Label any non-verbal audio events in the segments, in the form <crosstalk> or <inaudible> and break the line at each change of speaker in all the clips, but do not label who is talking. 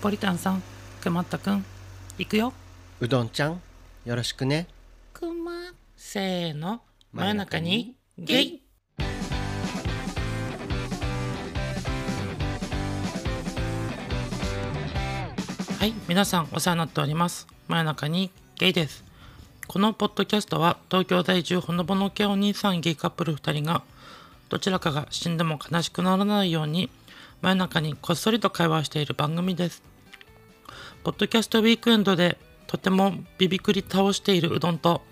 ポリタンさん、くまったくん、行くよ。
うどんちゃんよろしくね
くま、せーの、真夜中にゲイはい、皆さんお世話になっております。真夜中にゲイです。このポッドキャストは東京在住ほのぼの系お兄さんゲイカップル2人がどちらかが死んでも悲しくならないように真夜中にこっそりと会話をしている番組です。ポッドキャストウィークエンドでとてもビビくり倒しているうどんと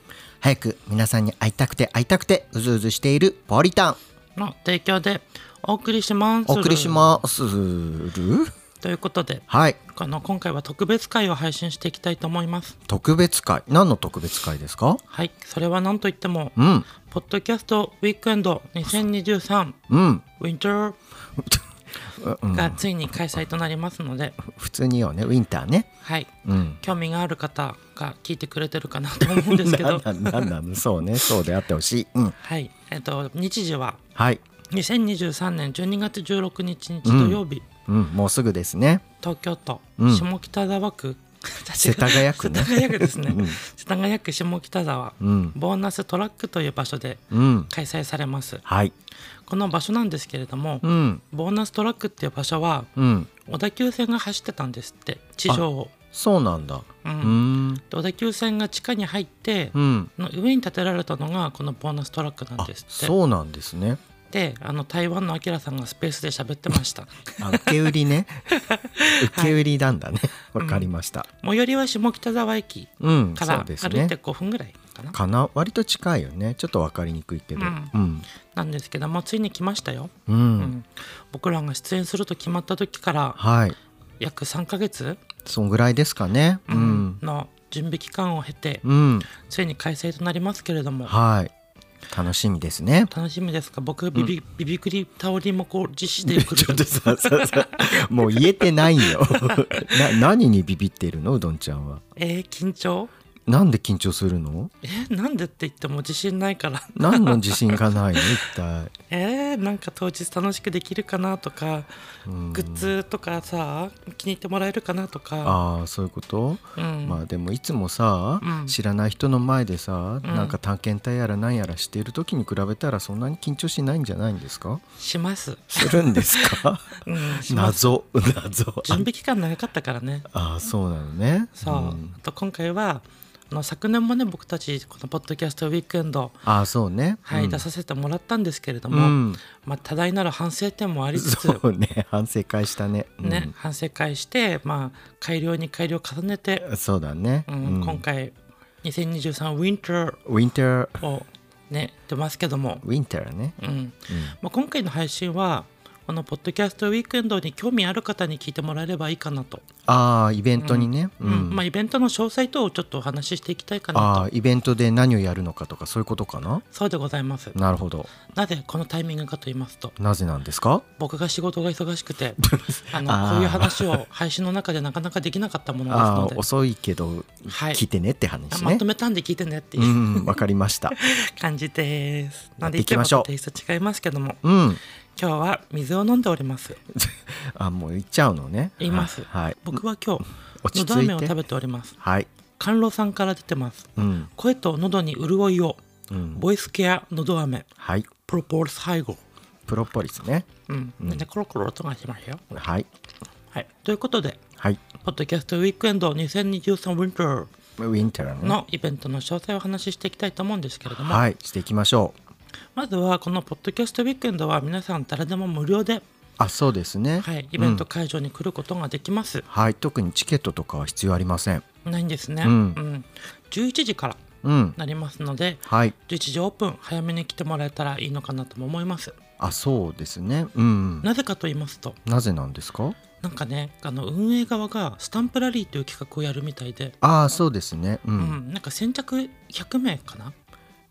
早く皆さんに会いたくて会いたくてうずうずしているポリタン
の提供でお送りします。
お送りします
す。ということで、
はい
あの今回は特別会を配信していきたいと思います。
特別会何の特別会ですか
はい、それは何といっても、
うん
ポッドキャストウィークエンド2023
うん
ウィンターがついに開催となりますので、
普通によねウィンターね
はい、
うん
興味がある方が聞いてくれてるかなと思うんですけ
な
ど
<laughs> ん、なんなんなんそうねそうであってほしいうん
はい、えっと日時は
はい
2023年12月16日日土曜日、
うんもうすぐですね
東京都
うん
下北沢区、 <laughs>
世田谷区ね
世田谷区ですね、世田谷区下北沢、
うん
ボーナストラックという場所で
うん
開催されます
はい
この場所なんですけれども、
うん
ボーナストラックっていう場所は
うん
小田急線が走ってたんですって地上を、
そうなんだ
う
うんん
で小田急線が地下に入って、
うん
の上に建てられたのがこのボーナストラックなん
あ
ですって
そうなんですね
であの台湾のアキラさんがスペースで喋ってました
<laughs> あ受け売り <laughs> ね受け売りなんだねわかりました
最寄りは下北沢駅
うん
か
そ
ら
うです
歩い
ね
て5分ぐらいかな
かな割と近いよねちょっとわかりにくいけど
うん
うん
なんですけどもついに来ましたよ、
う
うんん僕らが出演すると決まった時から
はい
約3ヶ月、
そんぐらいですかねう
うん
ん
の準備期間を経て
うん
ついに開催となりますけれども
はい楽しみですね
楽しみですか僕ビビ,、ビビくりタオリもこう実施で来
<laughs> <laughs> ちょっ
る
とささ <laughs> さもう言えてないよ <laughs> な何にビビってるのうどんちゃんは
えー、緊張
なんで緊張するの
えー、なんでって言っても自信ないから <laughs>
何の自信がないの一 <laughs> 体
えー、なんか当日楽しくできるかなとか
うん
グッズとかさ気に入ってもらえるかなとか
ああそういうこと
うん
まあでもいつもさ、
うん
知らない人の前でさ、
うん
なんか探検隊やらなんやらしている時に比べたらそんなに緊張しないんじゃないんで
<laughs>
すか
します、
するんですか
うん、します
謎謎
準備期間長かったからね
ああそうなのね
そう、
ん
あと今回はあの昨年もね僕たちこのポッドキャストウィークエンド
ああそうね
はい、
うん
出させてもらったんですけれど
う
も、
ん、
まあ、多大なる反省点もありつつ、
そうね反省会したねうん
ね反省会して、まあ、改良に改良を重ねて、
そうだね、
うん今回2023ウィンター
ウィンター
をね出ますけども、
ウィンターね
うんまあ、今回の配信はこのポッドキャストウィークエンドに興味ある方に聞いてもらえればいいかなと、
ああイベントにね、うん
うんまあ、イベントの詳細等をちょっとお話ししていきたいか
あ
な
あ
と
イベントで何をやるのかとかそういうことかな
そうでございます
なるほど
なぜこのタイミングかと言いますと
なぜなんですか
僕が仕事が忙しく
<laughs>
てあ
あ
の
ー
こういう話を配信の中でなかなかできなかったもの
あ
です
ー
ので
遅いけど
はい
聞いてねって話
ま
ね
と。めたんで聞いてねって
う、
いうん
わかり
<laughs>
ました。
感じです。
や
な
っ
ん
て
で
い
い
き
つ
ま
も
しょう
とテイスト違いますけども
うん、 <laughs>
今日は水を飲んでおります。
あ、もう言っちゃうのね。
言います
はい。
僕は今
落
日
ち着いて
喉飴を食べております。
はい。
甘露さんから出てます。
うん、
声と喉に潤いを
うん、
ボイスケア喉飴
はい。
プロポールス配合。
プロポリスね。
うん、でコロコロ音がしましたよ。
はい。
はい、ということで
はい。
ポッドキャストウィークエンド2023ウィンター
ウィンターね。
のイベントの詳細をお話ししていきたいと思うんですけれども、
はい、していきましょう。
まずはこのポッドキャストウィークエンドは皆さん誰でも無料で、
あ、そうですね。
はい、イベント
うん
会場に来ることができます。
はい、特にチケットとかは必要ありません。
ないんですね、
うん
11時から
うん。
なりますので
はい。
11時オープン早めに来てもらえたらいいのかなとも思います。
あ、そうですね。うん。
なぜかと言いますと
なぜなんですか。
なんかねあの運営側がスタンプラリーという企画をやるみたいで、
あー、そうですね。う。
うんん、なんか先着100名かな、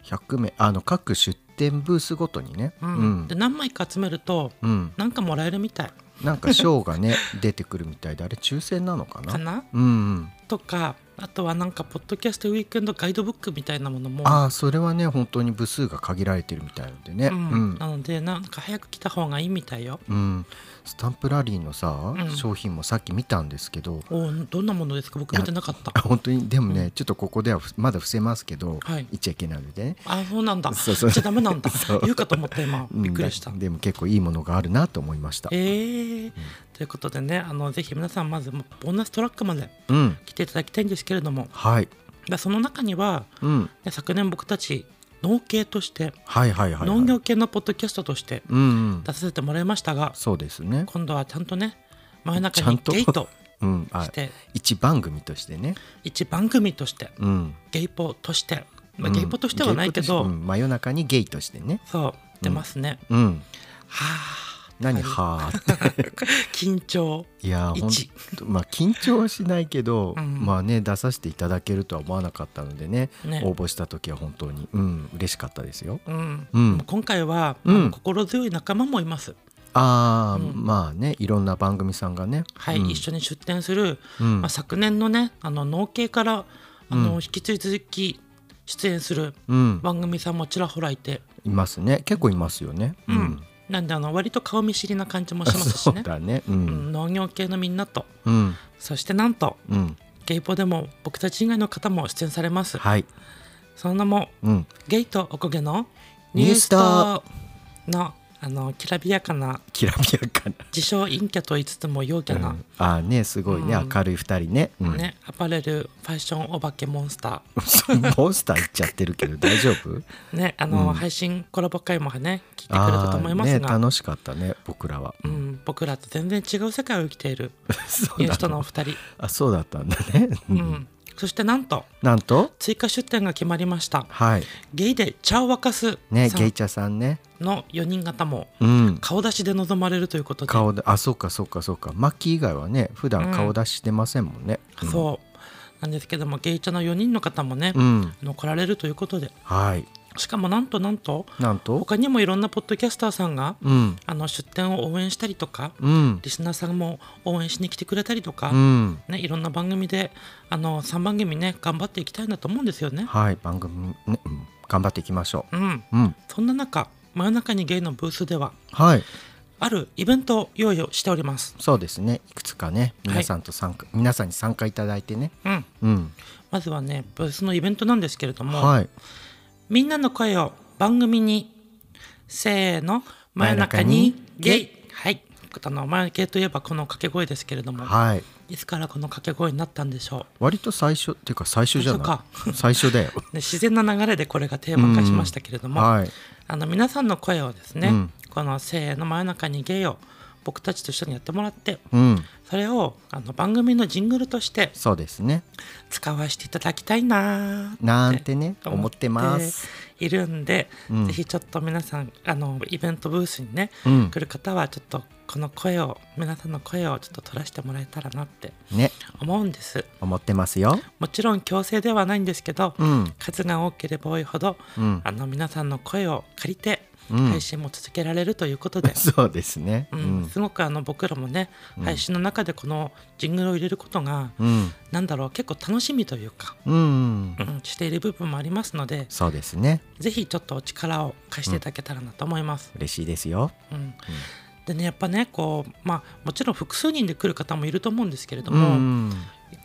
100名、あの各出店ブースごとにね。
うん
うん
で何枚か集めると
うん。
なんかもらえるみたい
<laughs> なんか賞がね出てくるみたいであれ抽選なのかな
かな
うん
とかあとはなんかポッドキャストウィークエンドガイドブックみたいなものも
ああそれはね本当に部数が限られてるみたいなんでね
う
うんん、
なのでなんか早く来た方がいいみたいよ
うん、スタンプラリーのさ、
うん
商品もさっき見たんですけど
おーどんなものですか僕見てなかった
あ本当にでもね、ちょっとここではふまだ伏せますけど、
はい
言っちゃいけないのでね
あそうなんだ
そうそう
じゃダメなんだ
<laughs> そう
言うかと思った今
うん
びっくりした
だでも結構いいものがあるなと思いました
えーということでねあのぜひ皆さんまずボーナストラックまで
うん
来ていただきたいんですけれども
はい、
でその中には、
うん、
ね昨年僕たち農系として
はいはいはいはい
農業系のポッドキャストとして
うん、うん、
出させてもらいましたが
そうですね
今度はちゃんとね真夜
ちゃ
中
ん
に
と
ゲイと
<laughs> うんあ
して
一番組としてね
一番組として
うん
ゲイポとして、ま
う
あ、
ん
ゲイポとしてはないけど、
ゲイポとしてうん真夜中にゲイとしてね
そう出ますね、
うん
はあ
何はーって
緊張
いやーほん
一
とまあ緊張はしないけど、
<laughs> うん
まあね出させていただけるとは思わなかったのでね
ね
応募した時は本当にうん嬉しかったですよ。
うん、
うん
もう今回は、
うん
あの心強い仲間もいます
あ
う
あ、
ん
まあねいろんな番組さんがね、
はい、
うん
一緒に出展する、
うん
まあ、昨年のねあの農系からあの、
うん
引き続き出演する
うん、
番組さんもちらほらいて、
いますね結構いますよね。
うんなんであの割と顔見知りな感じもしますし
<laughs> そう
ね、
だね。う
うんん、農業系のみんなと
うん
そしてなんと
うん
ゲイポでも僕たち以外の方も出演されます
はい、
その名も
うん、
ゲイとおこげのニ
ニ
ュ
ュ
ー
ー
ス
ス
タ
タ
ー
ー
のあのきらびやかな
きらびやかな。
自称陰キャと言いつつも陽キャな、
ああねすごいね、
うん
明るい二人ね,、うん、 <laughs>
ね、アパレルファッションお化けモンスタ
モンスターいっちゃってるけど大
<laughs>
丈夫
ーねあの、
うん
配信コラボ会もね聞いてくれた
あ
と思い
あ
ます
ね
が、
楽しかったね僕らは、
うん、僕らと全然違う世界を生きている
そう
ニュ
な
ースターのお二人、
あそうだったんだね、う
うんん、そしてなんと
なんと
追加出店が決まりました
はい
ゲイで茶を沸かす
ね
さ
ゲイ
ん
チャさんね
の4人方も
うん
顔出しで臨まれるということで
顔であそうかそうかそうかマッキー以外はね普段顔出ししてませんもんね、うん、
そうなんですけどもゲイチャの4人の方もね、
うん
あの来られるということで
はい
しかもなんとなんと
なんと
他にもいろんなポッドキャスターさんが
うん
あの出店を応援したりとか
うん
リスナーさんも応援しに来てくれたりとか、
うん
ね、いろんな番組であの3番組ね頑張っていきたいなと思うんですよね。
はい番組ね、うん、頑張っていきましょ
うん、
ううん
そんな中真夜中にゲイのブースでは
はい
あるイベントを用意をしております。
そうですねいくつかね
はい
皆さんと参加、皆さんに参加いただいてね
うん、
うん
まずはねブースのイベントなんですけれども、
はい
みんなの声を番組にせーの真
真
夜
夜
中
中
に
に
ゲイはいあの真夜中といえばこの掛け声ですけれども
はい
いつからこの掛け声になったんでしょ
割と最初っていうか最初じゃない
最
最初だよ
う、ね、自然な流れでこれがテーマ化しましたけれども、
はい
あの皆さんの声をですね、
うん
この「せーの真夜中にゲイ」を僕たちと一緒にやってもらって
うん
それをあの番組のジングルとして
そうですね
使わせていただきたいなー
なんてね思ってます
いるんで、
うん
ぜひちょっと皆さんあのイベントブースにね、
うん
来る方はちょっとこの声を皆さんの声をちょっと取らせてもらえたらなって
ね
思うんです
思ってますよ
もちろん強制ではないんですけど、
うん
数が多ければ多いほど、
うん
あの皆さんの声を借りて
うん
配信も続けられるということで、
そうですね
う
うんん
すごくあの僕らもね、配信の中でこのジングルを入れることが、
うん
なんだろう結構楽しみというか、
うん
うん、している部分もありますので
そうですね
ぜひちょっとお力を貸していただけたらなと思います。
嬉しいですよ
うんでねやっぱねこう、まあ、もちろん複数人で来る方もいると思うんですけれど
う
も、
ん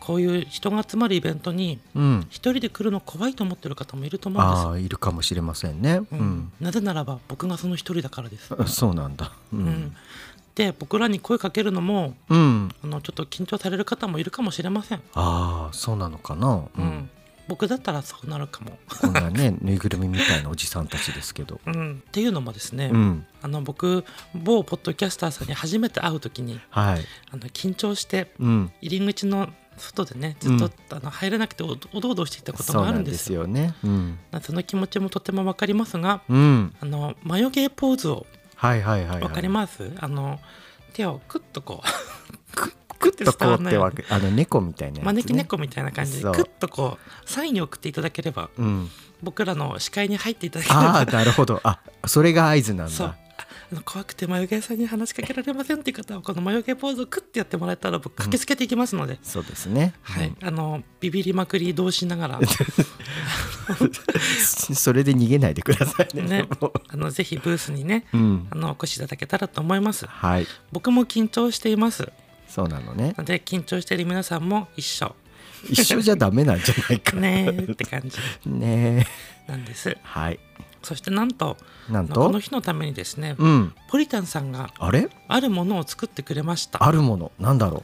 こういう人が集まるイベントに
うん
一人で来るの怖いと思ってる方もいると思うんです
ああいるかもしれませんねう
うん
ん
なぜならば僕がその一人だからです。
あそうなんだう
うん
ん
で僕らに声かけるのも
うん
あのちょっと緊張される方もいるかもしれません。
ああそうなのかな
う
うんん
僕だったらそうなるかも。
こんなね <laughs> ぬいぐるみみたいなおじさんたちですけど
うん、っていうのもですね、
うん
あの僕某ポッドキャスターさんに初めて会う時に
はい
あの緊張して
うん
入り口の外でねずっと、
うん
あの入れなくておおどおどしていたこと
そう
もあ
な
るん
ん
で
ですす
よ。
よねうん
なその気持ちもとてもわかりますが
うん
あの眉毛ポーズを
はいはいはいはい
わかります、あの手をクッとこ
く <laughs> くっとこうってわけあの猫みたいな
う
やつね
招き猫みたいな感じで
そう
クッとこうサインを送っていただければ
うん
僕らの視界に入っていただければ <laughs>
ああなるほどあそれが合図なん
そう
だ
ああの怖くて眉毛屋さんに話しかけられませんっていう方はこの眉毛ポーズをクッてやってもらえたら僕駆けつけていきますので、
そうですね。
は
う
い
ん。、
あのビビりまくり移動しなが
<laughs>
ら
それで逃げないでくださいね。
ね
もう
あのぜひブースにね、
うん
あのお越しいただけたらと思います
はい。
僕も緊張しています
そうなのね。
ので緊張している皆さんも一緒
一緒じゃダメなんじゃないか。
ね
<laughs>
ーって感じ
ねえ。
なんです
はい。
そしてなんと
なん
あのこの
と。
日のためにですね、
うん。
ポリタンさんが
あれ
あるものを作ってくれました
あるもの。なんだろ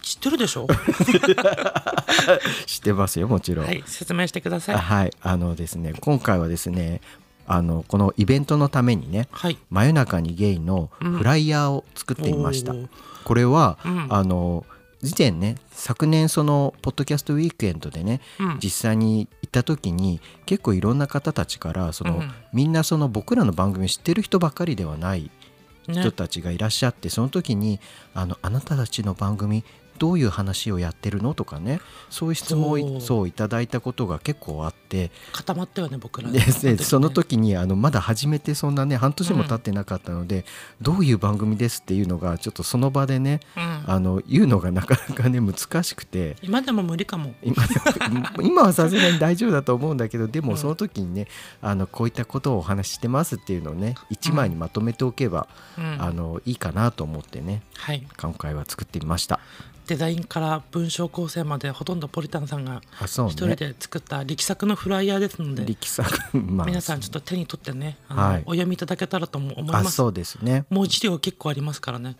知ってるでしょ
う。知ってますよ、もちろん。
はい説明してください
あはい。あのですね、今回はですね、あの、このイベントのためにね、
はい
真夜中にゲイのフライヤーを作ってみました。
おー
これは、
うん
あの以前ね昨年そのポッドキャストウィークエンドでね、
うん
実際に行った時に結構いろんな方たちからその、
うん
みんなその僕らの番組知ってる人ばかりではない
ね
人たちがいらっしゃって、その時にあの「あなたたちの番組どういう話をやってるの?」とかねそういう質問を
おー
いそういただいたことが結構あって
固まったよね僕ら
でで
ね
その時にあのまだ始めてそんなね半年も経ってなかったので、どういう番組ですっていうのがちょっとその場でね
うん
あの言うのがなかなかね難しくて
今でも無理かも
今 <laughs> でも今はさすがに大丈夫だと思うんだけどでもその時にね、あのこういったことをお話ししてますっていうのをね一枚にまとめておけば、
うん
あのいいかなと思ってね
はい
今回は作ってみました。
デザインから文章構成までほとんどポリタンさんが
あそう
一人
ね
で作った力作のフライヤーですので
力作まあ
皆さんちょっと手に取ってねあの、
はい
お読みいただけたらとも思い
あ
ます
そうですね <laughs>
文字量結構ありますからね、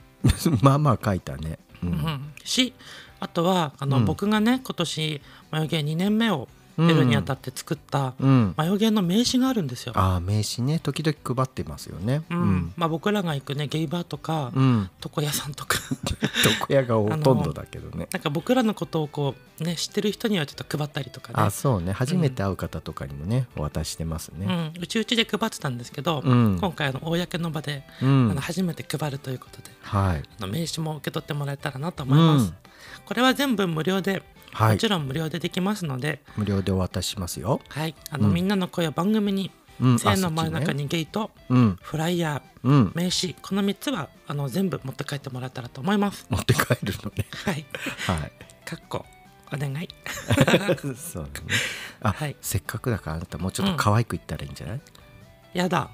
まあまあ書いたね。
う
う
ん
ん
しあとはあの、
うん
僕がね今年眉毛2年目を出るにあたって作った
うん、
眉毛の名刺があるんですよ、
あ名刺ね時々配ってますよね。
うん <laughs> まあ、僕らが行くねゲイバーとか、
うん、うん、
床屋さんとか <laughs>
床屋がほとんどだけどね。
なんか僕らのことをこうね知ってる人にはちょっと配ったりとか
あ
ね
そうね初めて会う方とかにもね、お渡ししてます
う
ね。
ん、うちうちで配ってたんですけど、
うん
今回あの公の場で、
うん
あの初めて配るということで
はい
あの名刺も受け取ってもらえたらなと思います、
うん
これは全部無料で、
はい
もちろん無料でできますので、
無料でお渡ししますよ。
はい、あの、
うん
みんなの声は番組に
うん
「
あ
せーの真ん中
そっちね
にゲイ」と
うん
「フライヤ
う
ー
ん」
名刺この3つはあの全部持って帰ってもらえたらと思います
持って帰るの
<laughs>
ね。
はい
はい。
かっこお願い <laughs>
そうね。あ、
はい
せっかくだからあなたもうちょっと可愛く言ったらいいんじゃない？
やだ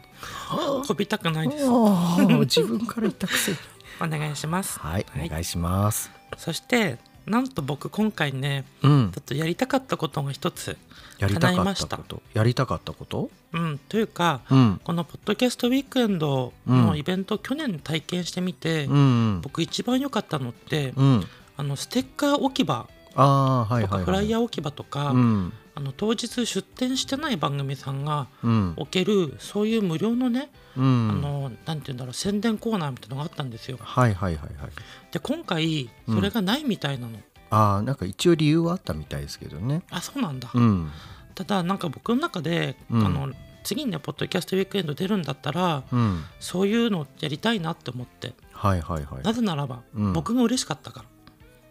こびたくないですお
ああ自分から言ったく
<laughs>
せに。
願いします
はいお願いします。
そしてなんと僕今回ね
うん
ちょっとやりたかったことが一つ
やりた
叶い
か
ま
っ
したた
ことやりたかったこと？
うん、というか、
うん
このポッドキャストウィークエンドのイベント、去年体験してみて、
うんうん
僕一番良かったのって、
うん
あのステッカー置き場
ああは
と
いはい
か
はい。
フライヤー置き場とか、
うん
あの当日出店してない番組さんが
うん
置けるそういう無料のね、
うん
あのなんて言うんだろう宣伝コーナーみたいなのがあったんですよ。
はいはいはいはい。
で今回
うん
それがないみたいなの。
ああなんか一応理由はあったみたいですけどね。
あそうなんだ、
うん
ただなんか僕の中で、
うん
あの次にねポッドキャストウィークエンド出るんだったら
うん
そういうのやりたいなって思って
はいはいはい
な。ぜならば、
うん
僕が嬉しかったか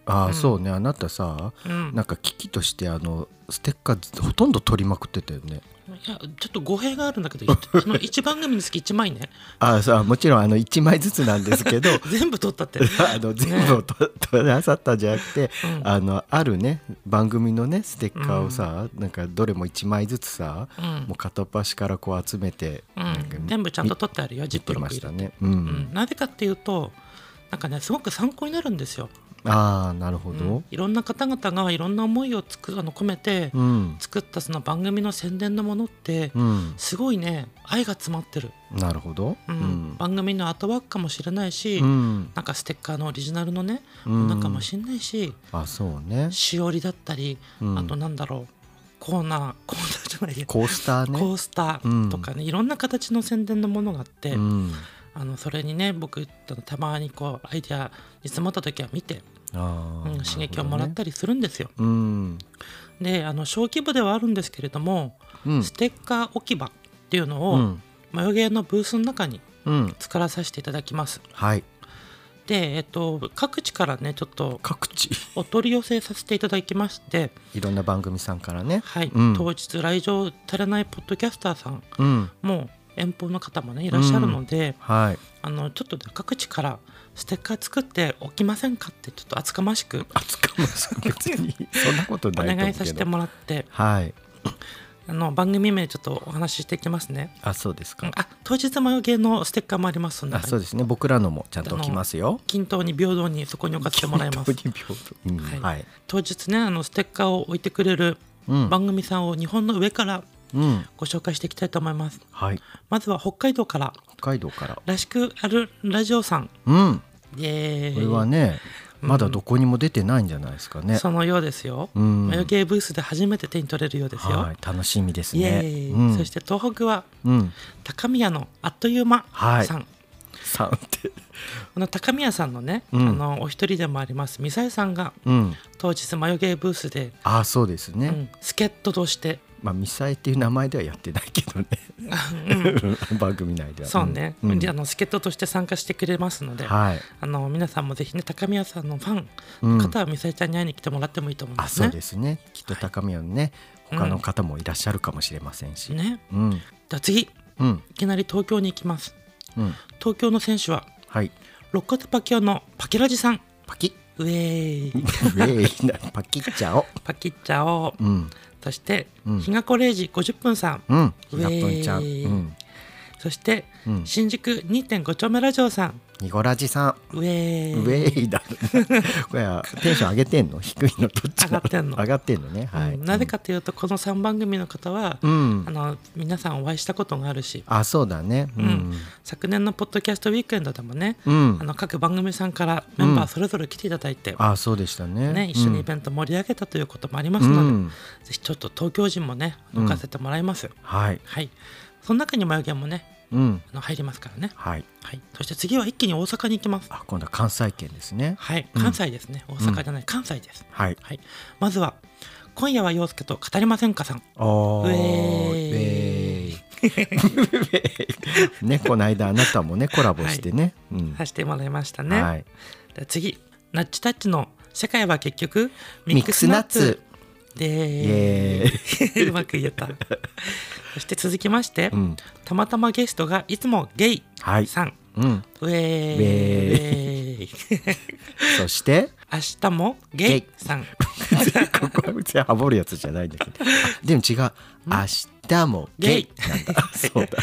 ああ、
うん
そうねあなたさ
ら、うん、
なんか機器としてあのステッカーほとんど取りまくってたよね。
いやちょっと語弊があるんだけどい
<laughs>
その1番組につき1枚ね
ああそうもちろんあの1枚ずつなんですけ
<laughs>
ど
全部取ったって、
あの全部をと取らさったんじゃなくて
うん
あのあるね番組のねステッカーをさ、なんかどれも1枚ずつさ、
うん
もう片っ端からこう集めて、
う
なんか
ん、全部ちゃんと取ってあるよジ
見
ップ
て
ロッ
ま
ク
した
入れて、
ね。うん
うん、なぜかっていうとなんかねすごく参考になるんですよ、
ああなるほ
うん
ど。
いろんな方々がいろんな思いをつくあの込めて
うん、
作ったその番組の宣伝のものって
うん
すごいね愛が詰まってる、
なるほど。
うん番組の後ワークかもしれないし、
うん
なんかステッカーのオリジナルのね
う
も
ん
のかもしれないし、
あそうね。
しおりだったり、
うん
あとなんだろうコーナーコーナーじゃないや
コースターね。
コースターとかね、いろんな形の宣伝のものがあって、
うん、
あのそれにね僕たまにこうアイデアに詰まった時は見て、
あ
う
ー
ん刺激をもらっ。たりするんですよ。
なるほどねうん
であの小規模ではあるんですけれども、
うん
ステッカー置き場っていうの
う
を、
ん
眉毛のブースの中に
うん
作らさせていただきます。
はい
で、えっと、各地からねちょっと
各地 <laughs>
お取り寄せさせていただきまして、
いろんな番組さんからね。
はい
うん
当日来場されないポッドキャスターさん
うん
も遠方の方もねいらっしゃるので、
はい <laughs>
あのちょっとね各地からステッカー作っておきませんかってちょっと厚かましく
厚かましく別
<laughs>
にそんなこと
お
ないと思うけど
願いさせてもらって
はい
あの番組名ちょっとお話ししていきますね。
あそうです
うん
か
あ当日模様芸のステッカーもありますので
あそうですね僕らのもちゃんと来ますよ
均等に平等にそこに置かせてもらいます
<laughs> 本当に平等うん
はい
はい
当日ねあのステッカーを置いてくれる
うん
番組さんを日本の上から
うん
ご紹介していきたいと思います
はい
まずは北海道から
北海道から
らしくあるラジオさん
うん
え
これはねまだどこにも出てないんじゃないですかね
そのようですよ
うん
マヨゲーブースで初めて手に取れるようですよ、
はい楽しみです
イエ
ね
ーイ、
うん
そして東北は
うん
高宮のあっという間
はい
さん、
さんって
この高宮さんのね、
うん
あのお一人でもありますミサイさんが
うん
当日マヨゲーブースで、
あそうですね、
うん、助っ人として
まあミサイっていう名前ではやってないけどね <laughs> 番組内では
そうね、
ん
であの助っ人として参加してくれますので、
はい
あの皆さんもぜひね高宮さんのファン
うん
の方はミサイちゃんに会いに来てもらってもいいと思うんで
あ
す
そ
ね。
うですねきっと高宮のね、
うん
他の方もいらっしゃるかもしれませんし、
ね
うん
じゃあ次い
うん
きなり東京に行きます。
うん
東京の選手は
はい
ロッカタパキオのパキラジさん。
パキッ
<laughs> ウェー
ウ
イ
ェーイなパキッちゃお
パキッチャオ。
うん
そして、
うん
日がこ0時50分さん。
うん
ウ
ひ
ェ
な
ーイ
ぷんちゃんうん
そして、
うん
新宿2.5丁目ラジオさん。
ニゴラジさん
ウェーイ
ウェーイだ、これはテンション上げてんの低いのどっち
上が
な
ってんの
上がってんのねはい、
うんなぜかというとこの3番組の方は、
うん
あの皆さんお会いしたことがあるし
あそうだねう
うん
ん、
昨年のポッドキャストウィークエンドでもね、
うん
あの各番組さんからメンバーそれぞれ来ていただいて、
あそうでしたね
ね、一緒にイベント盛り上げたということもありますので、
うん
ぜひちょっと東京人もね
うん
置かせてもらいます、
はい
はいその中に眉毛もね
うん
あの入りますからね、
はい
はい、そして次は一気に大阪に行きます
あ今度は関西圏ですね
はい
うん
関西ですね、大阪じゃない関西です、
はい
はい、まずは今夜は陽介と語りませんかさん
おー
ウェーイ
ウェ
<laughs>
ーイねこの間あなたもねコラボしてね、うん
させてもらいましたね、
はい
で次ナッチタッチの世界は結局ミ
ミ
ッ
ッ
ク
ク
ス
ス
ナ
ナ
ッ
ッ
ツ
ツ
で
イエ
ー <laughs> うまく言え
<laughs>
たそして続きまして、
うん
たまたまゲストがいつもゲイ
はい
さん、
うん
ウェーイウ
ウェ
ェーイ
そして
<laughs> 明日もゲイ
ゲイ
さん
ここは別にハモるやつじゃないんだけどあでも違う明日もゲイなんだそうだ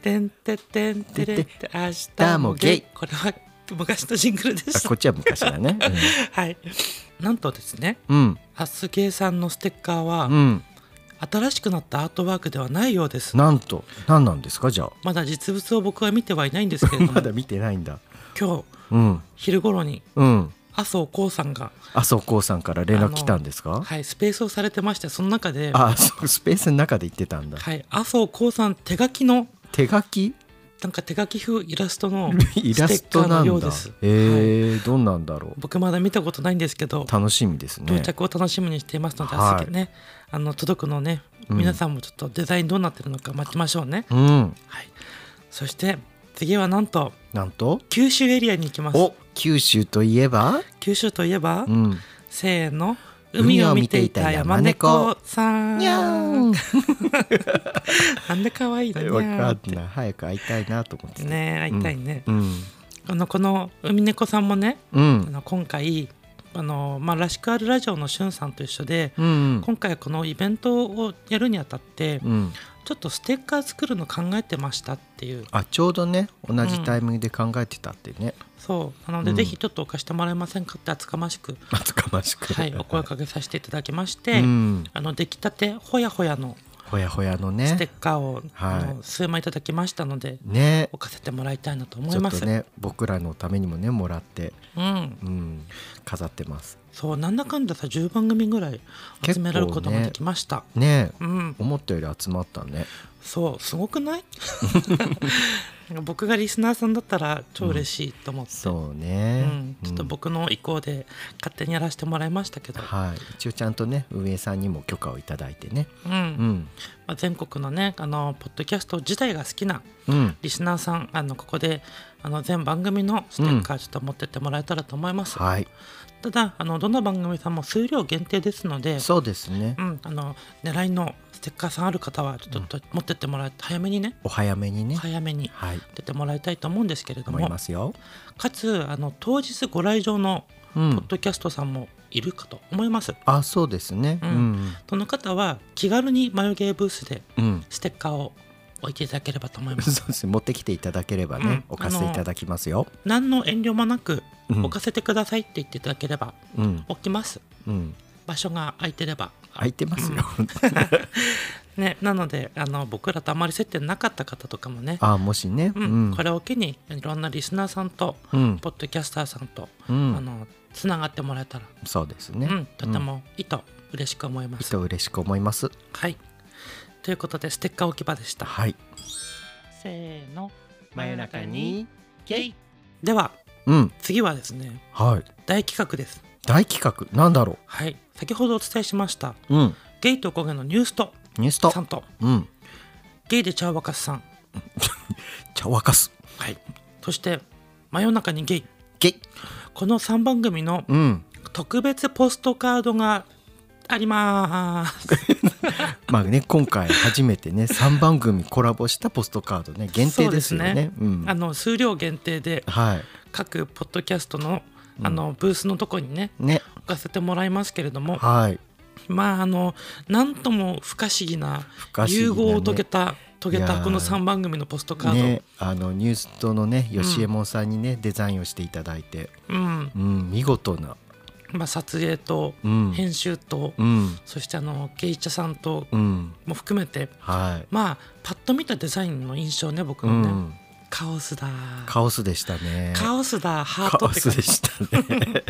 てんてってんてれって明日も
日も
ゲ
ゲ
イ
イ
これは昔のジングルでし
あ
た
こっちは昔だね
はいなんとですね
うん
ハスゲイさんのステッカーは、
うん、うん、
新しくなったアートワークではないようです
なんと何なんですかじゃあ
まだ実物を僕は見てはいないんですけれど
<laughs>
も
まだ見てないんだ
今日
うん
昼頃に
うん
麻生光さんが、
麻生こうさんから連絡来たんですか
はい、スペースをされてましてその中で、
あそうスペースの中で言ってたんだ
はい、麻生光さん手書きの
手書き
なんか手書き風イラストの
<laughs> イ
ス
ラス
テッカー
トな
のよ
ん
う
だ
です。
え
はい
ーどんなんだろう
僕まだ見たことないんですけど
楽しみです
到
ね
着を楽しみにしていますので、
はい
明日ねあの届くのをね
うん
皆さんもちょっとデザインどうなってるのか待ちましょうね、
うん
はい、そして次はなんと
なんと
九州エリアに行きます
お九州といえば
九州といえば、
うん
せーの海
海
を
を
見
見
て
て
い
い
た
た
山
山
猫
猫
さん
にゃーん
なんで可愛いのに
わ
ゃーんっ
かんない早く会いたいなと思って
て
た
ねえ会いたいね、
うん
あのこの海猫さんもね、
う
あ
ん
の今回あの、まあ、らしくあるラジオのしゅんさんと一緒で、
うん
今回このイベントをやるにあたって、
うん
ちょっとステッカー作るの考えてましたっていう
あちょうどね同じタイミングで考えてたって <laughs> ね
そうなので、
うん
ぜひちょっとお貸してもらえませんかって厚かましく、
厚かましく
はい、お声かけさせていただきまして、
うん
あの出来たてほやほやの
ほやほやの
ステッ
ね
カーを、
はい
あの数枚いただきましたので
ね
置かせてもらいたいなと思
ち
い
ょ
ま
っ
す、
とね僕らのためにもねもらって
うん、
うん飾ってます
そうなんだかんださ10番組ぐらい集められることもできました、
ね
うん
思ったより集まったね
そうすごく
<laughs>
ないなんか僕がリスナーさんだったら超嬉しいと思って、
そう
うん
ね
ちょっと僕の意向で勝手にやらせてもらいましたけど、
はい一応ちゃんとね運営さんにも許可をいただいてね
うん
うん
まあ、全国のねあのポッドキャスト自体が好きな
うん
リスナーさんあのここであの全番組のステッカーちょっと持ってってもらえたらと思います、
はい
ただあのどの番組さんも数量限定ですので
そうですね
う、ん、あの狙いのステッカーさんある方はちょっと、持ってってもらえ早めにね
お早めにね
早めに
はい
出てもらいたいと思うんですけれど
思い
も
ますよ、
かつあの当日ご来場の
う
ポッ
ん、
ドキャストさんもいるかと思います、
あそうですねう
うん
ん
その方は気軽に眉毛ブースで
うん、
ステッカーを置いていただければと思い
<laughs>
ます
そうですね持ってきていただければね、
うん
置かせていただきますよ
何の遠慮もなく
うん
置かせてくださいって言っていただければ
うん
置きます
うん
場所が空いてれば
空いてますよ、
ねなのであの僕らとあまり接点なかった方とかもね
<laughs> あもしね
うんこれを機にいろんなリスナーさんと
うん
ポッドキャスターさんと、
うん
あのつながってもらえたら、
そうですね、
うん、とてもいいと嬉しく思いま
きっ
す。
と嬉しく思います
はい、ということでステッカー置き場でした。
はい
せーの
真夜中に
ゲイでは
うん
次はですね
はい
大企画です。
大企画なんだろ
はい、先ほどお伝えしました
ううん
ゲイとおこげのニュースと
ニュースと
さんと
うん
ゲイで茶を沸かすさん、
茶沸かす
はい、そして真夜中にゲイ
ゲイ
この3番組の
うん
特別ポストカードがあります。
まあね今回初めてね3番組コラボしたポストカードね限定ですよね
そうですね
うん
あの数量限定で
はい
各ポッドキャストのあのブースのとこにね
ね
置かせてもらいますけれども、
はい
まああのなんとも不可思議な
可思議なね
融合を遂げた遂げ
いや
た
ー
この3番組のポストカード、
ねあのニュースとのね吉右衛門さんにね、デザインをしていただいて
うん
うん見事な
まあ、撮影と
うん
編集と、
うん
そしてあの芸者さんと
うん
も含めて
はい
まあパッと見たデザインの印象ね僕
う
のね、
ん、
カオスだ
カオスでしたね。
カオスだハー
カ
ト
オ
って感
ス
じ
でした
<laughs>
ね。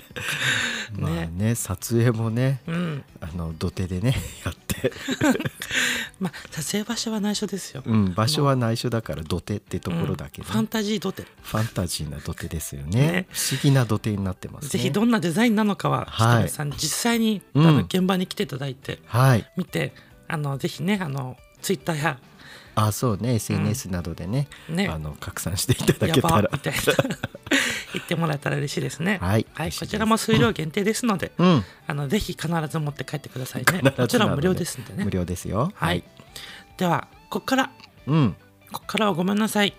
まあね、撮影もね、
うん
あの土手でね、やって、
まあ撮影場所は内緒ですよ、
うん、場所は内緒だから土手ってところだけど、
ファン
フ
タジードテル
ァンタジーな土手ですよね。
ね
不思議な土手になってますね。
ぜひどんなデザインなのかは、
は
下
い
見さん実際に、
うん
あの現場に来ていただいて
はい、
見てあのぜひねあのツイッターや
あ、そうね、SNS などでね、
ね
あの拡散していただ
や
けた
ば
ら
み、たいな <laughs> 言ってもらえたら嬉しいですね。
はい
こちらも数量限定ですので、
うん、
あのぜひ必ず持って帰ってください
必
ね。
ずなので
こちらは無料ですんでね。
無料ですよ。
はい。ではここから
うん、 <laughs>
ここからはごめんなさい。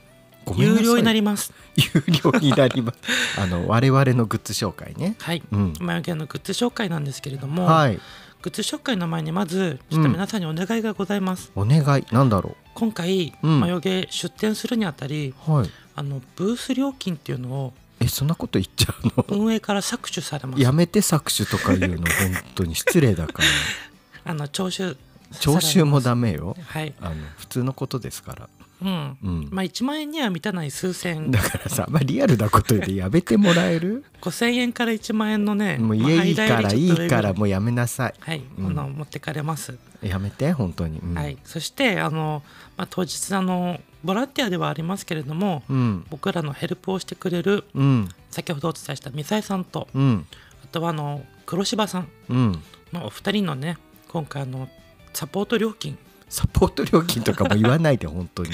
ごめんな
有
さい
料になります。
有料になります。 <laughs> あの我々のグッズ紹介ね。
はい。
うん
眉毛のグッズ紹介なんですけれども、
はい、
グッズ紹介の前にまずちょっと皆さんにお願いがございます。
お願い、なんだろ
今回、
うん
眉毛出店するにあたり
う。はい。
あのブース料金っていうのを
えそんなこと言っちゃ
<laughs>
うの
運営から搾取されます
やめて搾取とか言うの本当に失礼だから
<laughs> あの徴収
徴収もダメよ
はい、
あの普通のことですから、
うん
うん、
まあ、1万円には満たない数千
だからさあんまりリアルなこと言ってやめてもらえる
5000円から1万円の <laughs> ね
もう
まあ
家いい
間
からい
よりちょっと
いからもうやめなさい
はい、
うん
あの持ってかれます、
やめて本当に、うん、
はい、そしてあの、まあ、当日あのボランティアではありますけれども、
うん
僕らのヘルプをしてくれる
うん
先ほどお伝えしたミサイさんと
うん
あとはあの黒柴さん
うん
のお二人のね今回あのサポート料金
サポート料金とかも言わないで本当に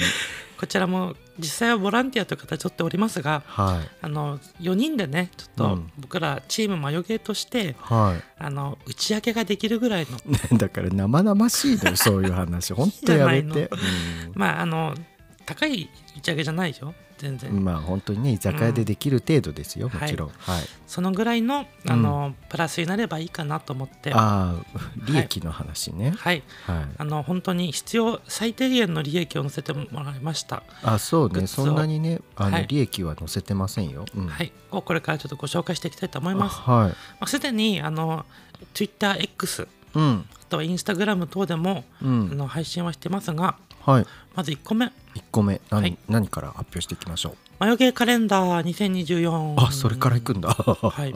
こちらも実際はボランティアという形を取っておりますが
はい
あの4人でねちょっ
う
と
ん
僕らチームマヨゲーとして、
は
あの打ち上げができるぐらいの
いね <laughs> だから生々しいのよそういう
<laughs>
話本当やめて、
まああの高い打ち上げじゃないよ全然、
うん、まあ本当にね居酒屋でできる程度ですよ、もちろんはい
そのぐらいのあの、プラスになればいいかなと思っては
ああ利益の話ね、
い
はい
あの本当に必要最低限の利益を乗せてもらいました、
あそう
グッズ
ね
を
そんなにねあの、
はい
利益は載せてませんよ、うん
はいをこれからちょっとご紹介していきたいと思い
あ
ます、
はい
まあ、すでにあの TwitterX
うん
あとは Instagram 等でも、
う
あ
ん
の配信はしてますが
はい
まず1個目
1個目何,、
はい
何から発表していきましょう
「マヨゲーカレンダー2024」
あそれからいくんだは
はい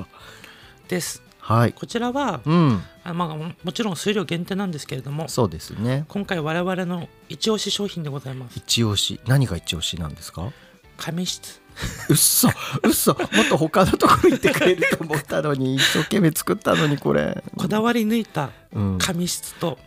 です
<laughs> はい
こちらは、
うん
あまあ、ももちろん数量限定なんですけれども
そうですね
今回我々の一押し商品でございます
一押し何が一押しなんですか
紙質
うっそうっそもっと他のところ行ってくれると
<laughs>
思ったのに一生懸命作ったのにこれ
こだわり抜いた
うん
紙質と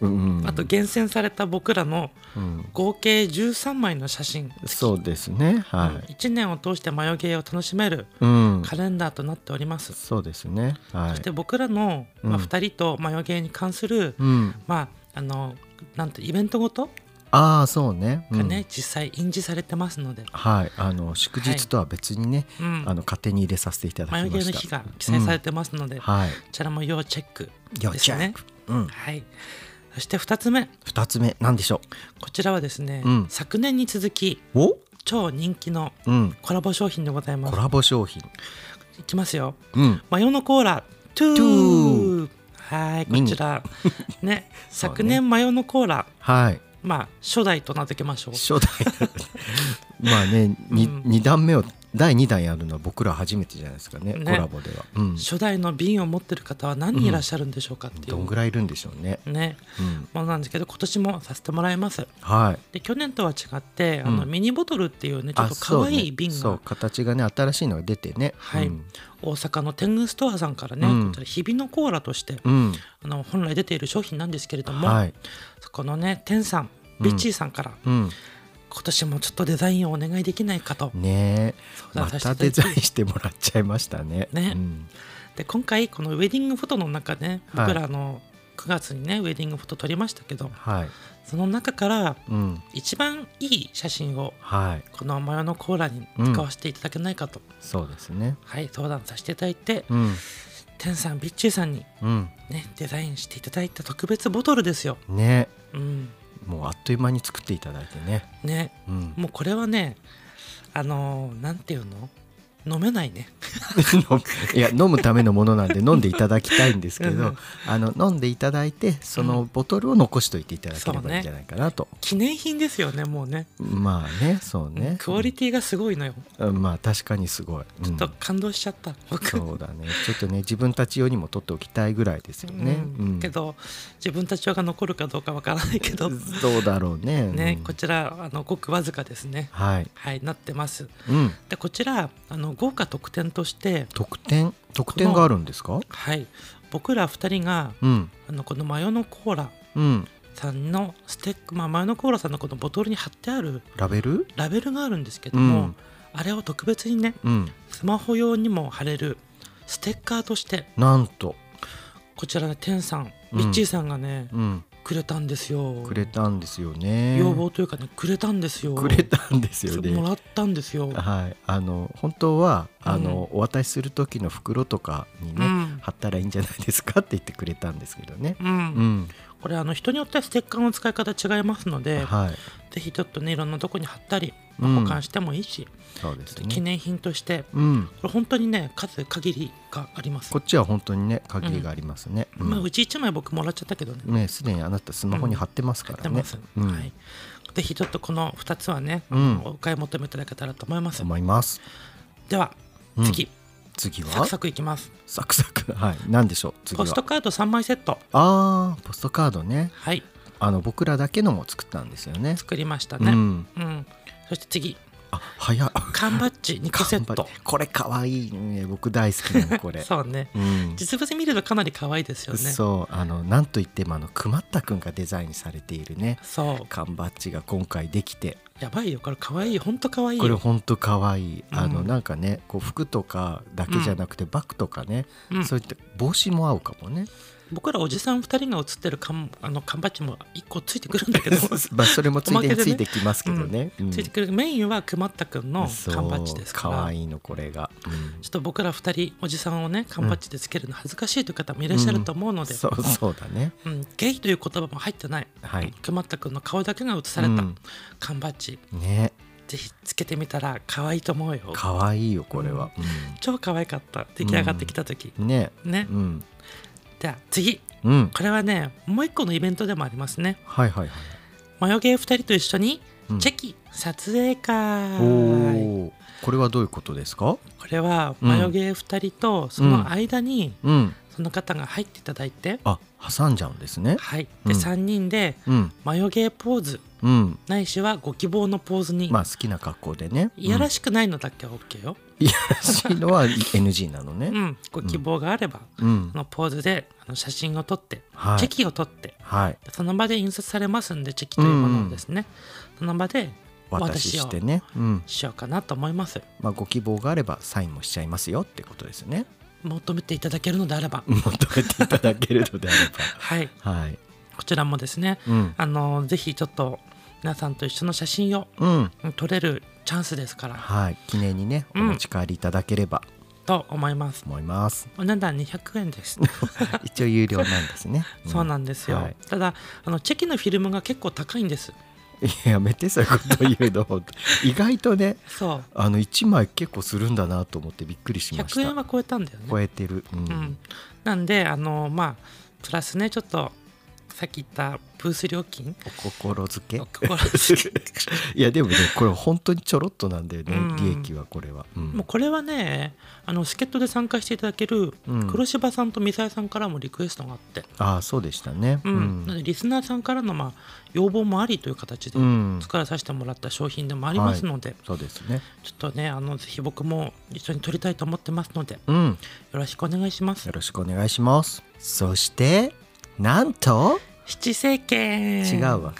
うんうん
あと厳選された僕らの
うん
合計13枚の写真
そうですねはい、
1年を通して眉毛を楽しめる
うん、
カレンダーとなっております、
そうですねは
そして
い
僕らの、まあ、
うん
2人と眉毛に関する、
うん
まああのなんてイベントごと
ああそうね,、う
が
ん、
ね、実際印字されてますので、
はいあの祝日とは別にね、
うん、
あの勝手に入れさせていただきまし
眉
た
毛の日が記載されてますので、こ
はい
ちらも要チェック
要
ですね
チェックうん
はいそして2つ目
二つ目なんでしょ
こちらはですね、
うん
昨年に続き
うお
超人気の
うん
コラボ商品でございま
コ
す
ラボ商品
いきますよ
うん
マヨのコーラトゥ
ト
ー
ゥ
はいこちら
<laughs>
ね昨年マヨのコーラ
はい
まあ初代と名付けましょう
初代まあねに
うん
二段目を第二弾やるのは僕ら初めてじゃないですかね
ね
コラボでは、うん、
初代の瓶を持ってる方は何人いらっしゃるんでしょうかってい
どん
う、
ぐらいいるんでしょうね、
ね
うん、
ものなんですけど今年もさせてもらいます
はい
で去年とは違って、あの
うん
ミニボトルっていうねちょっ
あ
と
そ
可
うね
愛い瓶
そ
が
う形がね新しいのが出てね
はい
うん
大阪の天狗ストアさんからね、
うん
こちら日比野コーラとして、
うん
あの本来出ている商品なんですけれども、
はい
そこのね天さん
うん
ビッチーさんから、
うん
今年もちょっとデザインをお願いできないかと、
ねえ
うだ
ま
さ
た
せて
デ
いた
ザ
だ
インしてもらっちゃいましたね
ね
うん
で今回このウェディングフォトの中で、
はい
僕らあの9月にねウェディングフォト撮りましたけど
はい
その中から
うん
一番いい写真を
はい
このマヨのコーラに使わせていただけないかと、
そうですね
はい相談させていただいて、
うん
天さんビッチーさんに
うん
ねデザインしていただいた特別ボトルですよ。
ね
うん、
もうあっという間に作っていただいてね
ね
うん
もうこれはねあのーなんていうの飲めないね。
いや <laughs> 飲むためのものなんで飲んでいただきたいんですけ
う
ど
ん
あの飲んでいただいてそのボトルを残しといていただけ
そ
れ
う
ば
ね
いいんじゃないかなと、
記念品ですよねもうね
まあねそうね
クオリティがすごいのよ、
うんまあ確かにすごい、うん
ちょっと感動しちゃった僕
そうだねちょっとね自分たち用にも取っておきたいぐらいですよね、
うん
うん
けど自分たちが残るかどうかわからないけど
どうだろうね
ね
うん
こちらあのごくわずかですね
はい
はいなってます
うん
でこちらあの豪華特典として
特典特典があるんですか
はい僕ら2人が
うん
あのこのマヨのコーラ
うん
さんのステック、まあ、マヨのコーラさんのこのボトルに貼ってある
ラベル
ラベルがあるんですけども、
うん
あれを特別にね
うん
スマホ用にも貼れるステッカーとして
なんと、
こちらの天さん
うん
ビッチーさんがね、
うん、
くれたんですよ
くれたんですよね
要望というかねくれたんですよ
くれたんですよ
も
ね
らったんですよ、
はいあの本当はあの、お渡しする時の袋とかに
う
ね、
ん
貼ったらいいんじゃないですかって言ってくれたんですけどね
うん
うん、
これあの人によってはステッカーの使い方違いますので、
はい
ぜひちょっとねいろんなとこに貼ったり
うん
保管してもいいし、
そうです
記
ね
念品として
うん
これ本当にね数限りがあります
こっちは本当にね限りがありますね、うん
まあ、うち1枚僕もらっちゃったけどね
ねすでにあなたスマホに貼ってますか
やっ
ら
て
ね
ます、、
うん
はい、ぜひちょっとこの2つはね、
うん
お買い求めいただけたらと思います
思います
では
うん
次、
次は
サクサクいきます
サクサクはい何でしょう次は
ポストカード3枚セット
あーポストカードね
はい
あの僕らだけのも作ったんですよね
作りました
う
ね、
ん
うんそして次
あ早っ
<laughs> 缶バッジ2個セット
これ可愛いね僕大好きなのこれ
<laughs> そうね
うん
実物見るとかなり可愛いですよねそう
そうあのなんといってもあのくまったくんがデザインされているね缶バッジが今回できて
やばいよこれ可愛いほんと可愛い
これ
よ
ほんと可愛いあ
う
の
ん
なんかねこう服とかだけじゃなくてバッグとかね、
うん
そういった帽子も合うかもね、
僕らおじさん2人が写ってる缶あの缶バッジも1個ついてくるんだけ
<laughs>
ど
まあそれもついでに
おまけでね
ついてきますけどね、うん
ついてくるメインはくまったくんの缶バッジですか
そう可
ら
愛いのこれが、
ちょっと僕ら2人おじさんをね缶バッジでつけるの恥ずかしいという方もいらっしゃると思うので、
そうそうだね
うんゲイという言葉も入ってない、
はい
くまったくんの顔だけが写された
うん
缶バッジ、
ね
ぜひつけてみたら可愛いと思うよ
可愛いよこれは、
超可愛かった出来上がってきた時、
うんね
ね
うん
では次
うん
これはねもう一個のイベントでもありますね
はいはいは
眉毛2人と一緒に
うん
チェキ撮影
い
会、
おおこれはどういうことですか
これは
うん
眉毛2人とその間に
うん
その方が入っていただいて、
あ挟んじゃうんですね
はい、
う
で
ん
3人で
うん
眉毛ポーズ
うん
ないしはご希望のポーズに、
まあ好きな格好でね
いやら
し、
しくないのだけは OK よ、
うんいやらしいのは NG なの
う
ね。
ん、ご希望があれば、
うん
あ、のポーズであの写真を撮って、
はい
チェキを撮って
はい
その場で印刷されますんでチェキというものをですね、その場でお渡
私
しを
してね、うん
しようかなと思います
まあ、ご希望があればサインもしちゃいますよってことですね。 <laughs>
求めていただけるのであれば、
求めていただけるのであれ
はい
ば。はい、
こちらもですね
うん
あのぜひちょっと皆さんと一緒の写真を
うん
うん撮れるチャンスですから
はい、記念にねお
うん
持ち帰りいただければ
と思います
と思
<laughs>
います。
お値段200円です
一応有料なんですね。
そうなんんですよ、
はい
ただあのチェキのフィルムが結構高いんです
いややめてそういうこと言うの本当意外とね
そ
あの1枚結構するんだなと思ってびっくりし
う
まし
100円
た。
は超えたんだよね
超えてる。うん
うん、なんであのまあプラスねちょっとさっき言ったブース料金
お心づけ
お心づ
<laughs> いやでもねこれ本当にちょろっとなんだよね、
うん
利益はこれは、うん
<laughs> もうこれはねあの助っ人で参加していただける
うん
黒柴さんとミサイさんからもリクエストがあって、
ああそうでしたね
うんなのでリスナーさんからの、まあ、要望もありという形で
うん
作らさせてもらった商品でもありますので、
そうですね
ちょっとねあのぜひ僕も一緒に撮りたいと思ってますのでよ
うん
ろしくお願いします
よろしくお願いしますそしてなんと
七星拳
違うわ、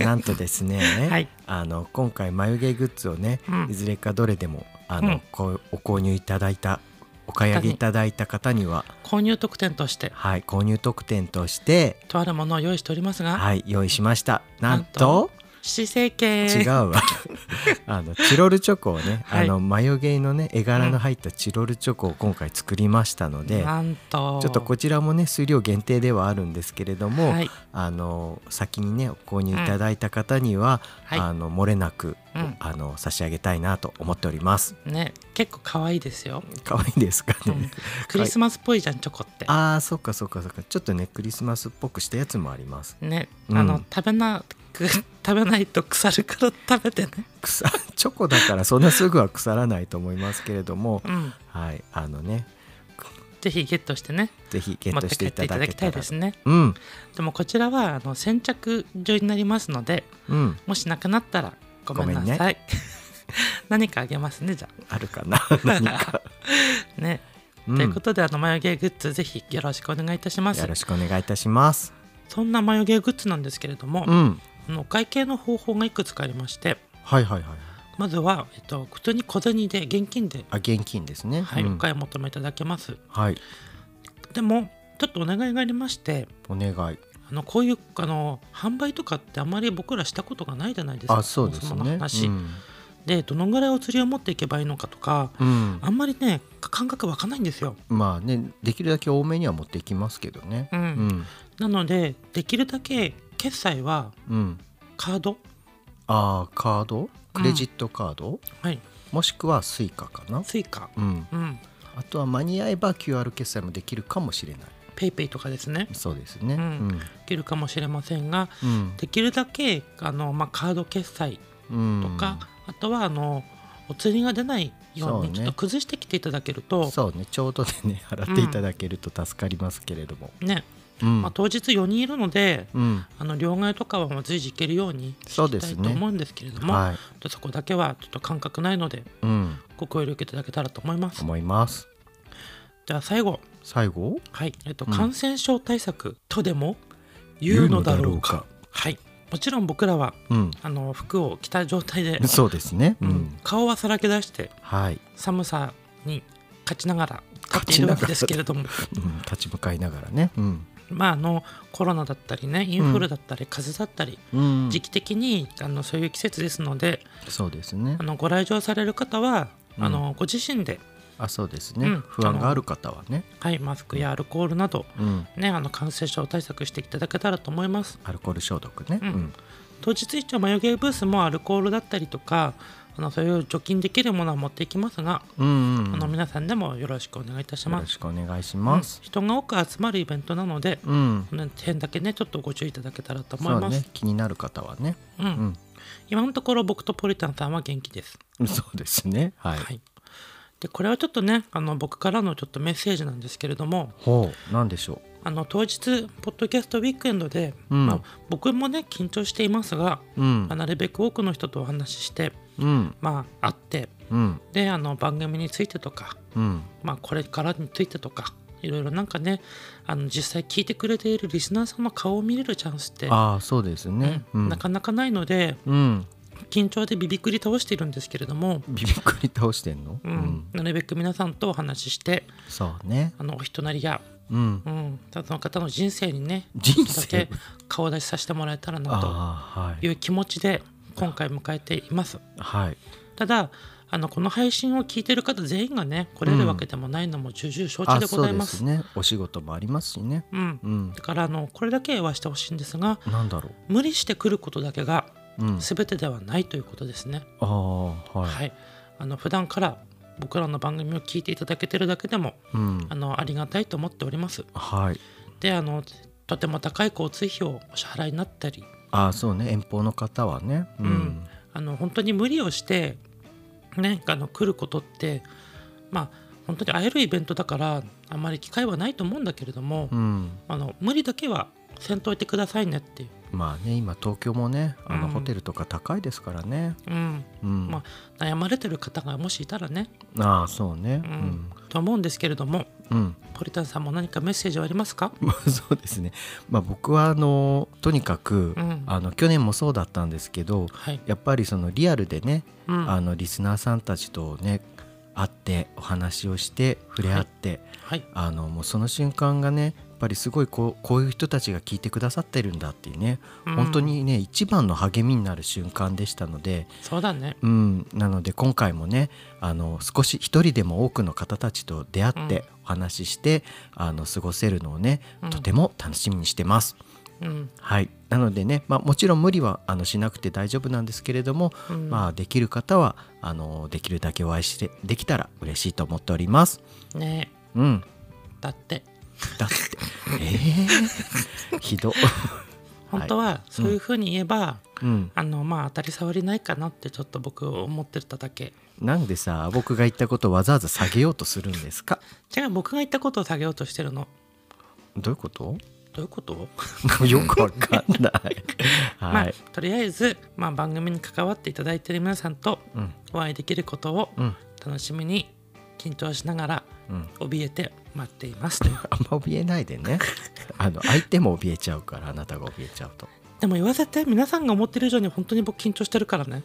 なんとですね、
<laughs> はい
あの今回眉毛グッズをね、
うん
いずれかどれでもあの、
うん
こうお購入いただいたお買い上げいただいた方には、
購入特典として
はい、購入特典として、
とあるものを用意しておりますが、
はい、用意しましたなん
なん
と
七星拳
違
<laughs>
うわあのチロルチョコをね、
はい
あの眉毛のね絵柄の入ったチロルチョコを今回作りましたので、
なんと
ちょっとこちらもね数量限定ではあるんですけれども、
はい
あの先にねお購入いただいた方には、
はい
あの漏れなく、
うん
あの差し上げたいなと思っております。
ね結構可愛いですよ、
可愛いですかね。
うんクリスマスっぽいじゃんチョコって
ああそっかそっかそっかちょっとねクリスマスっぽくしたやつもあります。
ね
うん
あの、食べなく食べないと腐るから食べてね
腐 <laughs> チョコだからそんなすぐは腐らないと思いますけれども、
うん
はいあのね
ぜひゲットしてね
ぜひゲッ
持
ト
って
し
帰っ
てい
て
た
いた
だ
だ
け
きた
た
い
ら
ですね
うん
でもこちらはあの先着順になりますので
うん
もしなくなったらごめんな
ごめん
さい、 <laughs> 何かあげますねじゃ
あるかな何
<laughs>
か、
あね、
うん
ということであの眉毛グッズぜひよろしくお願いいたします
よろしくお願いいたします
そんな眉毛グッズなんですけれども、
うん
あのお会計の方法がいくつかありまして
はいはいはい
まずは、えっと、普通に小銭で現金で、
あ現金ですね
はい
うん
お買い求めいただけます
はい
でもちょっとお願いがありまして
お願い
あのこういうあの販売とかってあまり僕らしたことがないじゃないですか
あそうで
そ
す
もそもの
ね
話、
うん
でどのぐらいお釣りを持っていけばいいのかとか
うん
あんまりね感覚わかんないんですよ
まあねできるだけ多めには持っていきますけどね
うん
うん
なのでできるだけ決済は
うん
カード
あーカードクレジットカード、
はい
もしくはスイカかな
スイカ
うん
うん
あとは間に合えば QR 決済もできるかもしれない
ペイペイとかですね
そうですね
うんできるかもしれませんが
うん
できるだけあの、まあ、カード決済
うん
とか、あとはあのお釣りが出ないよう
そう
に
ね
ちょっと崩してきていただけると
そうねちょうどでね <laughs> 払っていただけると助かりますけれども、
ね
うん
まあ、当日4人いるので
うん
あの両替とかはもう随時行けるようにし
そう
てい
で
きた
す
い
ね
と思うんですけれども、
はい、
ちょっとそこだけはちょっと感覚ないので
うん、
ご協力いただけたらと思います。
思います
では最後、
最後
はいえっと、
うん
感染症対策とでも言うのだろうか。
言うのだろ
はいもちろん僕らは
うん
あの服を着た状態で、
そうですね、う
うんん、顔はさらけ出して
はい、
寒さに勝ちながら立っているわけですけれ <laughs> ども
うん、立ち向かいながらね、うん
まああのコロナだったりねインフルだったり風邪だったり、
うん
時期的にあのそういう季節ですので
そうですね
あのご来場される方は、
うん
あのご自身で、
あそうですね、
うん
不安がある方はね、
はい、マスクやアルコールなど、
うん、
ね、あの感染症対策していただけたらと思います
アルコール消毒ね、
うん当日一応眉毛ブースもアルコールだったりとかあのそういう除菌できるものは持っていきますが、
うんうんうん
あの皆さんでもよろしくお願いいたし
よ
ま
ろ
す
しくお願いします
うん、人が多く集まるイベントなので、
うん、
この辺だけねちょっとご注意いただけたらと思い
そう
ます
ね気になる方はね、
うん
うん
今のところ僕とポリタンさんは元気です、
<laughs> そうですねはい、
はい、でこれはちょっとねあの僕からのちょっとメッセージなんですけれども
ほうなんでしょ
あの当日ポッドキャストウィークエンドで、
うん
まあ、僕もね緊張していますが、
ううん
まあなるべく多くの人とお話しして、
うん
まあ、会って
うん
であの番組についてとか、
うん
まあ、これからについてとかいろいろなんかねあの実際聞いてくれているリスナーさんの顔を見れるチャンスって、
ああそうですね
う
うんん、
なかなかないので
うん、
緊張でビビくり倒しているんですけれども、
ビビっくり倒してんの、
うんなるべく皆さんとお話しして
そうね
あのお人なりや、
うん
うん、その方の人生にね
人
だ
生
け顔出しさせてもらえたらなと
ああはい
いう気持ちで今回迎えています。
はい
ただあのこの配信を聞いてる方全員がね来れるわけでもないのも重々承知
あ
でご
そ
ざ
う
い
で
ますす。
ねお仕事もありますしね
うん、
うん
だからあのこれだけはしてほしいんですが
なんだろ
無理して来ることだけが
ううん
全てではないということですね。
ああはい、
はい、あの普段から僕らの番組を聞いていただけてるだけでも
うん
あのありがたいと思っております。
はい
であのとても高い交通費をお支払いになったり
ああそうね遠方の方はねうん、
うんあの本当に無理をして、ね、あの来ることってまあ本当に会えるイベントだからあんまり機会はないと思うんだけれども、
うん
あの無理だけはせんといてくださいねっていう、
まあね今東京もねあの
うん
ホテルとか高いですからね、
うん
うん
まあ、悩まれてる方がもしいたらね、
ああそうね
う
うんん、
と思うんですけれども
うん <laughs>
ポリタンさんも何かメッセージはありますか、
まあそうですね、まあ、僕はあのとにかく、
うん
あの去年もそうだったんですけど
はい
やっぱりそのリアルでね、
うん
あのリスナーさんたちとね会ってお話をして触れ合って、
はい
あのもうその瞬間がねやっぱりすごいこうこういう人たちが聞いてくださってるんだっていうね、
うん
本当にね一番の励みになる瞬間でしたので、
そうだね
うん、なので今回もねあの少し一人でも多くの方たちと出会っ
うん
てお話しして、あの過ごせるのをね
うん
とても楽しみにしてます。
うん
はい、なのでね、まあ、もちろん無理はあのしなくて大丈夫なんですけれども、
うん
まあ、できる方はあのできるだけお会いしてできたら嬉しいと思っております。
ね
うん、
だって
だってえー、ひど、
本当はそういうふうに言えば、
うん、
あのまあ当たり障りないかなってちょっと僕思ってただけ
なんでさ僕が言ったことをわざわざ下げようとするんですか
違う僕が言ったことを下げようとしてるの
どういうこと
どういうこと、
よくわかんない。
ま
は
あ
い。
とりあえず、まあ、番組に関わっていただいてる皆さんと
うん。
お会いできることを
うん。
楽しみに緊張しながら
うん。
怯えて待っていますという
あんま怯えないでね。あの相手も怯えちゃうからあなたが怯えちゃうと。
でも言わせて皆さんが思ってる以上に本当に僕緊張してるからね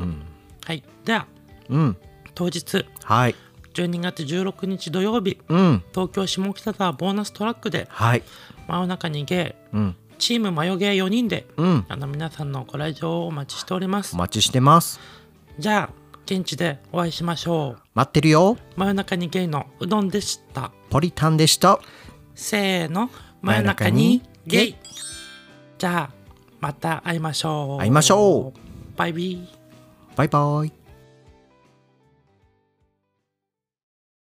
うん。
はいでは
うん。
当日
はい。
12月16日土曜日
うん。
東京下北沢ボーナストラックで
はい。
真夜中にゲ
うん。
イチームマヨゲー4人で
うん。
あの皆さんのご来場をお待ちしております
お待ちしてます。
じゃあ現地でお会いしましょう
待ってるよ。
真夜中にゲイのうどんでした
ポリタンでした。
せーの真夜中にゲイじゃあまた会いましょう
会いましょ
うバイビー
バイバイ。